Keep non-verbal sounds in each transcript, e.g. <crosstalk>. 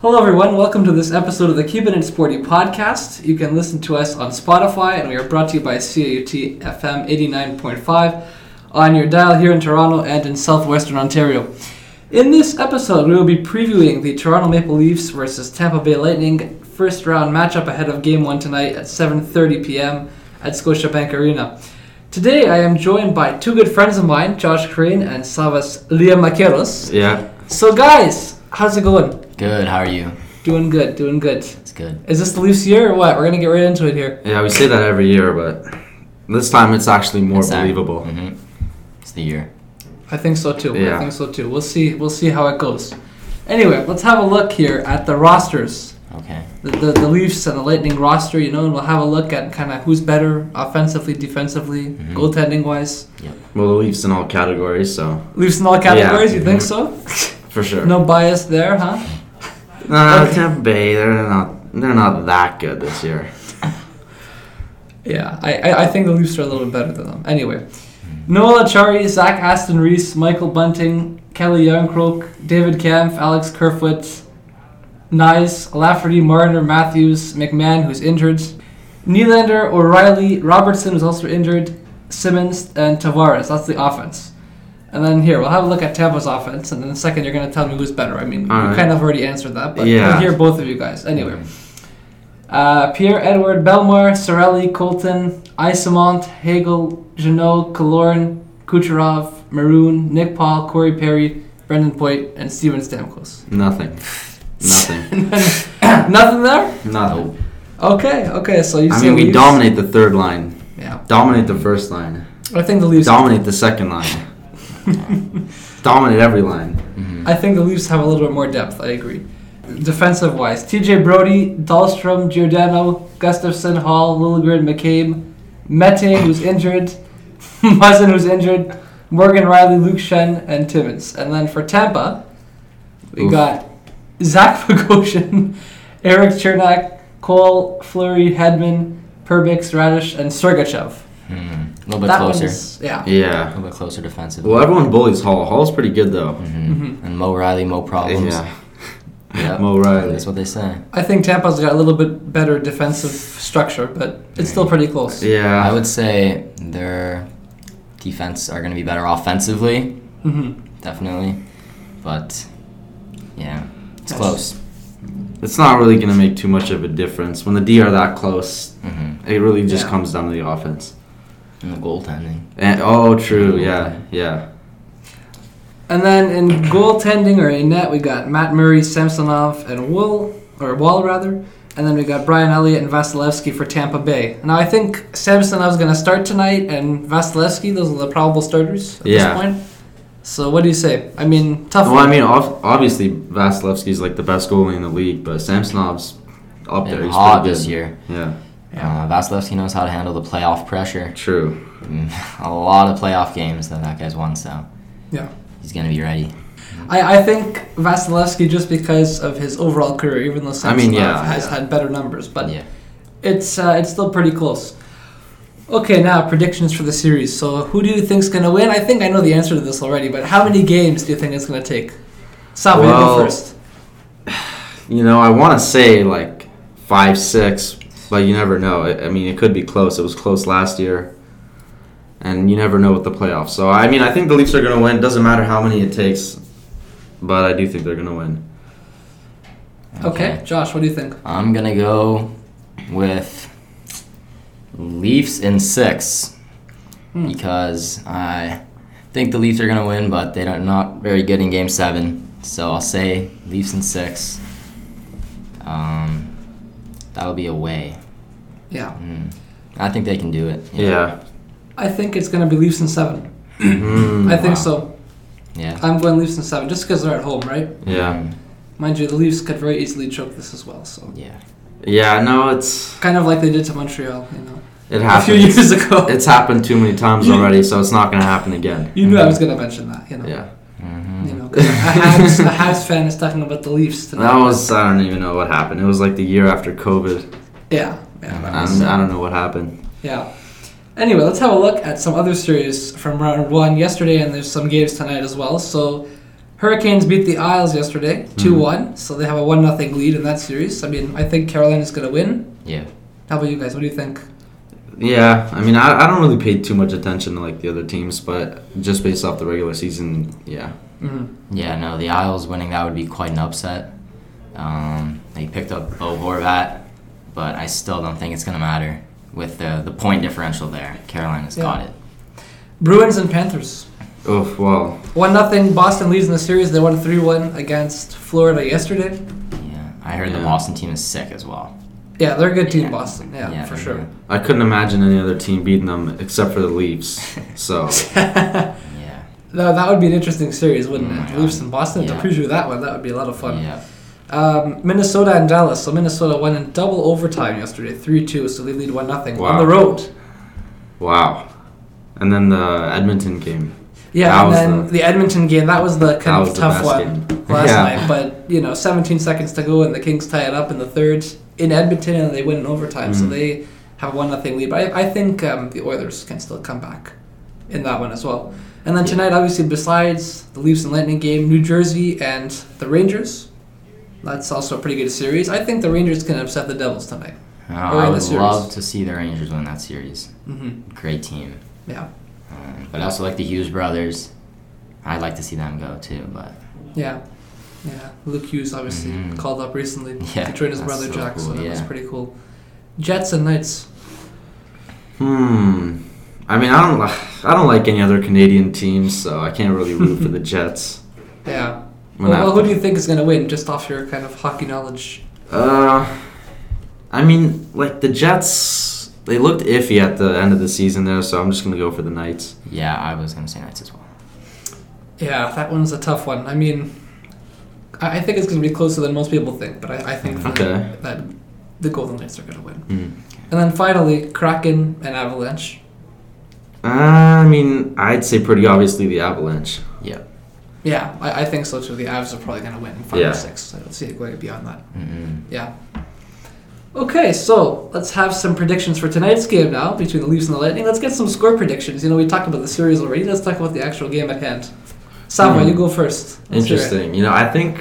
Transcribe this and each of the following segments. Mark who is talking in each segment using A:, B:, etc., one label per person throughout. A: Hello, everyone. Welcome to this episode of the Cuban and Sporty podcast. You can listen to us on Spotify, and we are brought to you by CAUT FM 89.5 on your dial here in Toronto and in southwestern Ontario. In this episode, we will be previewing the Toronto Maple Leafs versus Tampa Bay Lightning first round matchup ahead of Game 1 tonight at 7.30 p.m. at Scotiabank Arena. Today, I am joined by two good friends of mine, Josh Crane and Savas Liam Maqueros.
B: Yeah.
A: So, guys, how's it going?
C: Good. How are you?
A: Doing good, doing good.
C: It's good.
A: Is this the Leafs year or what? We're gonna get right into it here.
B: Yeah, we say that every year, but this time it's actually more
C: It's that-
B: believable.
C: Mhm. It's the year.
A: I think so too. I
B: Yeah.
A: think so too. We'll see. We'll see how it goes. Anyway, let's have a look here at the rosters,
C: Okay.
A: the the, the Leafs and the Lightning roster. You know, and we'll have a look at kind of who's better offensively, defensively,
C: Mhm.
A: goaltending wise.
B: Well, the Leafs in all categories, so
A: Leafs in all categories. You think
B: mhm.
A: so?
B: for sure.
A: No bias there, huh?
B: Nah,
A: Okay.
B: Tampa Bay, they're not they're not that good this year.
A: Yeah, I, I, I think the Leafs are a little bit better than them. Anyway, Noel Achari, Zach Aston Reese, Michael Bunting, Kelly Yarncroke, David Kampf, Alex Kerfoot, Nyes, Lafferty, Marner, Matthews, McMahon, who's injured, Nylander, O'Reilly, Robertson, who's also injured, Simmons, and Tavares. That's the offense. And then here, we'll have a look at Tampa's offense, and in a second, you're going to tell me who's better. I mean, you
B: Alright.
A: kind of already answered that, but
B: Yeah.
A: we'll hear both of you guys. Anyway. Uh, Pierre Edward Belmar, Sorelli, Colton, Isamont, Hagel, Janot, Kalorn, Kucherov, Maroon, Nick Paul, Corey Perry, Brendan Poit, and Steven Stamkos. <laughs>
B: Nothing. Nothing.
A: Nothing there? <laughs>
B: Nothing.
A: Okay, okay, so you
B: I
A: see
B: mean, we
A: Leafs-
B: dominate the third line,
A: Yeah.
B: dominate the first line,
A: I think the Leafs
B: dominate the second
A: <laughs>
B: line, dominate every line.
C: Mm-hmm.
A: I think the Leafs have a little bit more depth, I agree. Defensive wise, TJ Brody, Dahlstrom, Giordano, Gustafson, Hall, Lilligren, McCabe, Mete, who's injured, <laughs> Muzzin, who's injured, Morgan Riley, Luke Shen, and Timmins. And then for Tampa, we
B: Oof.
A: got Zach <laughs> Bogosian, Eric Chernak, Cole, Fleury, Hedman, Perbix, Radish, and Sergachev.
C: Hmm. A little bit
A: that
C: closer.
A: one's, yeah.
C: A
B: Yeah.
C: little bit closer defensive.
B: Well, everyone bullies Hall. Hall's pretty good though.
A: Mm-hmm.
C: Mhm. And Mo Riley, Mo problems.
B: Yeah.
C: Yep.
B: Mo Riley.
C: That's what they say.
A: I think Tampa's got a little bit better defensive structure, but it's still pretty close.
B: Yeah.
C: I would say their defense are going to be better offensively,
A: hmm
C: definitely. But yeah, it's
A: Yes.
C: close.
B: it's not really going to make too much of a difference when the D are that close.
C: hmm
B: It really just
A: Yeah.
B: comes down to the offense.
C: And the goaltending.
B: And oh, true, yeah, yeah.
A: And then in goaltending or in net, we got Matt Murray, Samsonov, and Wool, or Wall rather. And then we got Brian Elliott and Vasilevsky for Tampa Bay. Now I think Samsonov's going to start tonight, and Vasilevsky, those are the probable starters at
B: Yeah.
A: this point. So what do you say? I mean, tough.
B: Well, I
A: one.
B: mean, ob- obviously Vasilevsky's like the best goalie in the league, but Samsonov's up there.
C: Been
B: Oh, He's
C: hot
B: pretty good.
C: this year.
B: Yeah,
A: Yeah.
C: Uh, Vasilevsky knows how to handle the playoff pressure.
B: true.
C: Mm, A lot of playoff games that that guy's won, so
A: yeah.
C: he's going to be ready.
A: I, I think Vasilevsky just because of his overall career, even though Samsonov
B: I mean, yeah,
A: has
B: yeah.
A: had better numbers, but
C: yeah.
A: It's uh, it's still pretty close. Okay, now predictions for the series. So, who do you think's gonna win? I think I know the answer to this already, but how many games do you think it's gonna take? Sam, you go
B: Well-
A: first.
B: You know, I want to say like five, six, but you never know. I I mean, it could be close. It was close last year, and you never know with the playoffs. So, I mean, I think the Leafs are going to win. Doesn't matter how many it takes, but I do think they're going to win.
A: Okay. Josh, what do you think?
C: I'm gonna go with Leafs in six
A: Hmm.
C: because I think the Leafs are gonna win, but they're not very good in Game Seven. So I'll say Leafs in six. Um, that'll be away.
A: Yeah,
C: Mm. I think they can do it.
B: Yeah.
A: I think it's gonna be Leafs in seven.
B: Mhm.
A: I think
C: wow.
A: so.
C: Yeah.
A: I'm going Leafs in seven, just because they're at home, right?
B: Yeah.
C: Mm,
A: Mind you, the Leafs could very easily choke this as well. So,
C: yeah.
B: Yeah, no, it's
A: kind of like they did to Montreal, you know,
B: it
A: a few
B: happens.
A: years ago.
B: It's happened too many times already, so it's not gonna happen again.
A: you knew I was gonna mention that, you know.
B: Mm-hmm. Yeah,
C: hmm
A: You know, 'cause a Habs, a Habs fan is talking about the Leafs tonight.
B: that was I don't even know what happened. It was like the year after COVID.
A: Yeah, yeah.
B: I don't, I don't know what happened.
A: Yeah. Anyway, let's have a look at some other series from round one yesterday, and there's some games tonight as well. So, Hurricanes beat the Isles yesterday,
C: Hmm.
A: 2 1, so they have a 1 0 lead in that series. I mean, I think Carolina's going to win.
C: Yeah.
A: How about you guys? What do you think?
B: Yeah, I mean, I, I don't really pay too much attention to like the other teams, but just based off the regular season, yeah.
A: Mm.
C: Yeah, no, the Isles winning that would be quite an upset. Um, they picked up Bo Horvat, but I still don't think it's going to matter with the, the point differential there. Carolina's got
A: Yeah.
C: it.
A: Bruins and Panthers.
B: Oh well,
A: 1 0, Boston leads in the series. They won 3 1 against Florida yesterday.
C: Yeah, I heard the
B: Yeah.
C: Boston team is sick as well.
A: Yeah, they're a good team,
C: Yeah.
A: Boston. Yeah, for
C: they're
A: sure.
C: good.
B: I couldn't imagine any other team beating them except for the Leafs. So
C: Yeah,
A: No, <laughs> that would be an interesting series, wouldn't
C: Oh my
A: it?
C: God.
A: Leafs and Boston. To
C: Yeah.
A: preview that one, that would be a lot of fun.
C: yeah,
A: Um, Minnesota and Dallas. So Minnesota won in double overtime yesterday, three two. So they lead one nothing on
B: Wow.
A: the road.
B: wow, and then the Edmonton game. That
A: Yeah, and
B: was
A: then
B: the-
A: the Edmonton game. That was the
B: That
A: kind
B: was
A: of
B: the
A: tough
B: best
A: one
B: game.
A: last
B: yeah.
A: night. But you know, 17 seconds to go, and the Kings tie it up in the third in Edmonton, and they win in overtime. So
B: Mhm.
A: they have a one nothing lead. But I, I think um, the Oilers can still come back in that one as well. And then
B: Yeah.
A: tonight, obviously, besides the Leafs and Lightning game, New Jersey and the Rangers. That's also a pretty good series. I think the Rangers can upset the Devils tonight.
C: No,
A: Or in
C: Oh, I
A: the
C: would
A: series.
C: love to see the Rangers win that series.
A: hmm
C: Great team,
A: Yeah.
C: um, but I also like the Hughes brothers. I'd like to see them go too, but
A: Yeah, yeah. Luke Hughes obviously
C: Mhm.
A: called up recently
C: Yeah,
A: to train his
C: that's
A: brother
C: so
A: Jack, so
C: cool,
A: that was
C: yeah.
A: pretty cool. Jets and Knights.
B: Hmm. I mean, I don't. li- I don't like any other Canadian teams, so I can't really root for the Jets.
A: Yeah.
B: I'm
A: Well,
B: gonna
A: well,
B: have
A: who
B: to-
A: do you think is going to win, just off your kind of hockey knowledge?
B: Uh, I mean, like the Jets, they looked iffy at the end of the season there, so I'm just gonna go for the Knights.
C: yeah, I was gonna say Knights as well.
A: Yeah, that one's a tough one. I mean, I, I think it's going to be closer than most people think, but I, I think that-
B: Okay.
A: that the Golden Knights are going to win.
B: Hmm.
A: And then finally, Kraken and Avalanche.
B: Uh, I mean, I'd say pretty obviously the Avalanche.
C: Yep.
A: Yeah, I, I think so too. The Avs are probably going to win in five
B: Yeah.
A: or six. I don't see it going beyond that.
C: Mm-mm.
A: Yeah. Okay, so let's have some predictions for tonight's game now between the Leafs and the Lightning. Let's get some score predictions. You know, we talked about the series already. Let's talk about the actual game at hand. Samuel,
B: Hmm.
A: you go 1st
B: Interesting. You know, I think,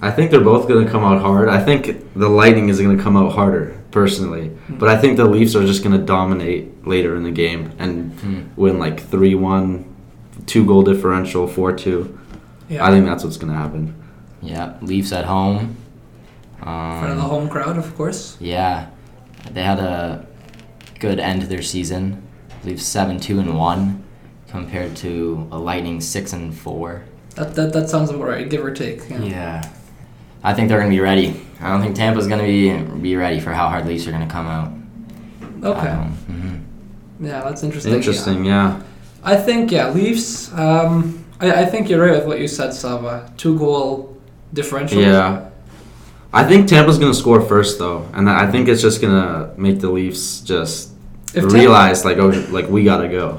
B: I think they're both gonna come out hard. I think the Lightning is gonna come out harder personally,
A: Hmm.
B: but I think the Leafs are just gonna dominate later in the game and
C: Mm.
B: win like three one, two goal differential, four two.
A: Yeah.
B: I think that's what's gonna happen.
C: Yeah, Leafs at home. Um,
A: in front of the home crowd, of course.
C: Yeah, they had a good end to their season. I believe seven two and one, compared to a Lightning six and four.
A: That, that, that sounds about right, give or take. Yeah.
C: Yeah, I think they're gonna be ready. I don't think Tampa's gonna be be ready for how hard the Leafs are gonna come out.
A: Okay.
C: Um,
A: Yeah, that's interesting. yeah.
B: Interesting. Yeah.
A: I think, yeah, Leafs, um, I, I think you're right with what you said, Sava. Two goal differential.
B: Yeah. I think Tampa's gonna score first though, and I think it's just gonna make the Leafs just
A: If Tampa-
B: realize like oh like we gotta go.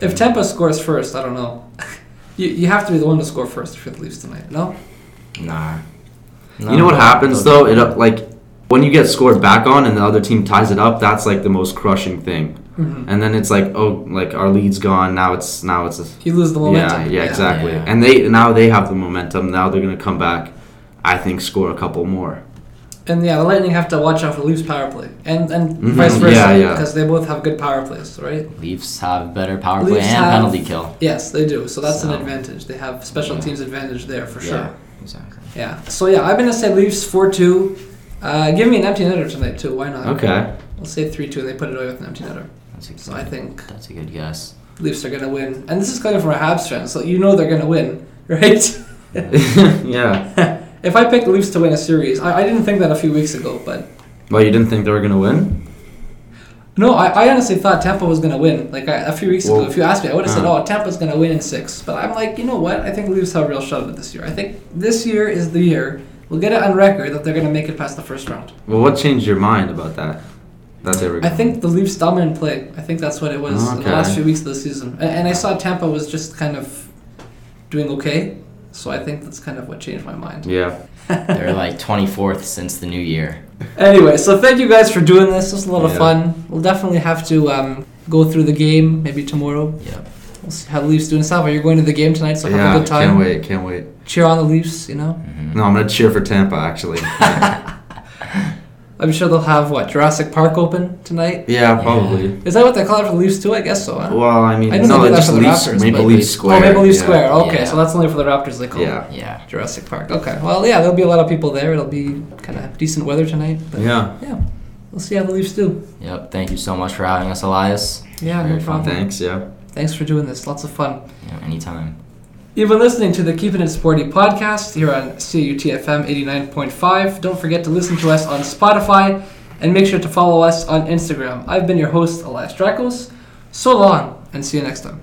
A: If Tampa scores first, I don't know. <laughs> you, you have to be the one to score first if you're the Leafs tonight. No,
C: mhm. Nah.
B: you know what happens though? It uh, like when you get scored back on and the other team ties it up, that's like the most crushing thing. And then it's like oh like our lead's gone now it's now it's a,
A: you lose the
B: yeah
A: momentum.
B: yeah exactly
C: Yeah.
B: and they now they have the momentum now they're gonna come back. I think score a couple more.
A: And yeah, the Lightning have to watch out for the Leafs power play, and and
C: Mm-hmm.
B: Mhm,
A: vice versa,
B: yeah, yeah.
A: because they both have good power plays, right?
C: Leafs have better power play
A: Leafs
C: and
A: have-
C: penalty kill.
A: Yes, they do. So that's
C: So-
A: an advantage. They have special
C: Yeah.
A: teams advantage there for
C: Yeah,
A: sure.
C: exactly.
A: Yeah. So yeah, I'm gonna say Leafs four two. Uh, give me an empty netter tonight too. Why not?
B: Okay. <laughs>
A: We'll say three two, and they put it away with an empty netter.
C: That's a,
A: So I think
C: that's a good guess.
A: Leafs are gonna win, and this is coming from a Habs fan, so you know they're gonna win, <laughs> right?
B: yeah.
A: If I picked the Leafs to win a series, I, I didn't think that a few weeks ago, but
B: Well, you didn't think they were gonna win?
A: no, I, I honestly thought Tampa was gonna win. Like I, a few weeks
B: Well,
A: ago, if you asked me, I would have said,
B: uh.
A: "Oh, Tampa's gonna win in six. But I'm like, you know what? I think the Leafs have a real shot at it this year. I think this year is the year we'll get it on record that they're gonna make it past the first round.
B: Well, what changed your mind about that? That's every.
A: I think the Leafs dominant play. I think that's what it was in the
B: Okay.
A: last few weeks of the season. And, and I saw Tampa was just kind of doing okay, so I think that's kind of what changed my mind.
B: Yeah.
A: <laughs>
C: They're like 24th since the new year.
A: Anyway, so thank you guys for doing this. This was a lot of
B: Yeah.
A: fun. We'll definitely have to um, go through the game maybe tomorrow.
C: Yep.
A: We'll see how the Leafs do in South. Are you going to the game tonight? So have
B: yeah.
A: a good time.
B: Can't wait. Can't wait.
A: cheer on the Leafs, you know?
C: Mm-hmm.
A: <laughs>
B: No, I'm gonna cheer for Tampa actually.
A: I'm sure they'll have, what, Jurassic Park open tonight?
B: yeah, probably.
A: Is that what they call it for the Leafs, too? I guess so, huh?
B: Well, I mean,
A: I didn't
B: no,
A: know
B: they
A: that
B: just
A: for the
B: Leafs,
A: Raptors,
B: Maple
C: but-
B: Leaf Square.
A: Oh, Maple Leaf
B: yeah.
A: Square. Okay,
C: Yeah.
A: so that's only for the Raptors, they call it.
B: Yeah.
C: Yeah.
A: Jurassic Park. Okay, well, yeah, there'll be a lot of people there. It'll be kind of decent weather tonight. But
B: Yeah.
A: Yeah, we'll see how the Leafs do.
C: Yep. Thank you so much for having us, Elias.
A: Yeah, no
C: Very fun.
A: problem.
B: Thanks. Yeah.
A: Thanks for doing this. Lots of fun.
C: You know, anytime.
A: You've been listening to the Keeping It Sporty podcast here on CUTFM 89.5. Don't forget to listen to us on Spotify and make sure to follow us on Instagram. I've been your host, Elias Dracos. So long, and see you next time.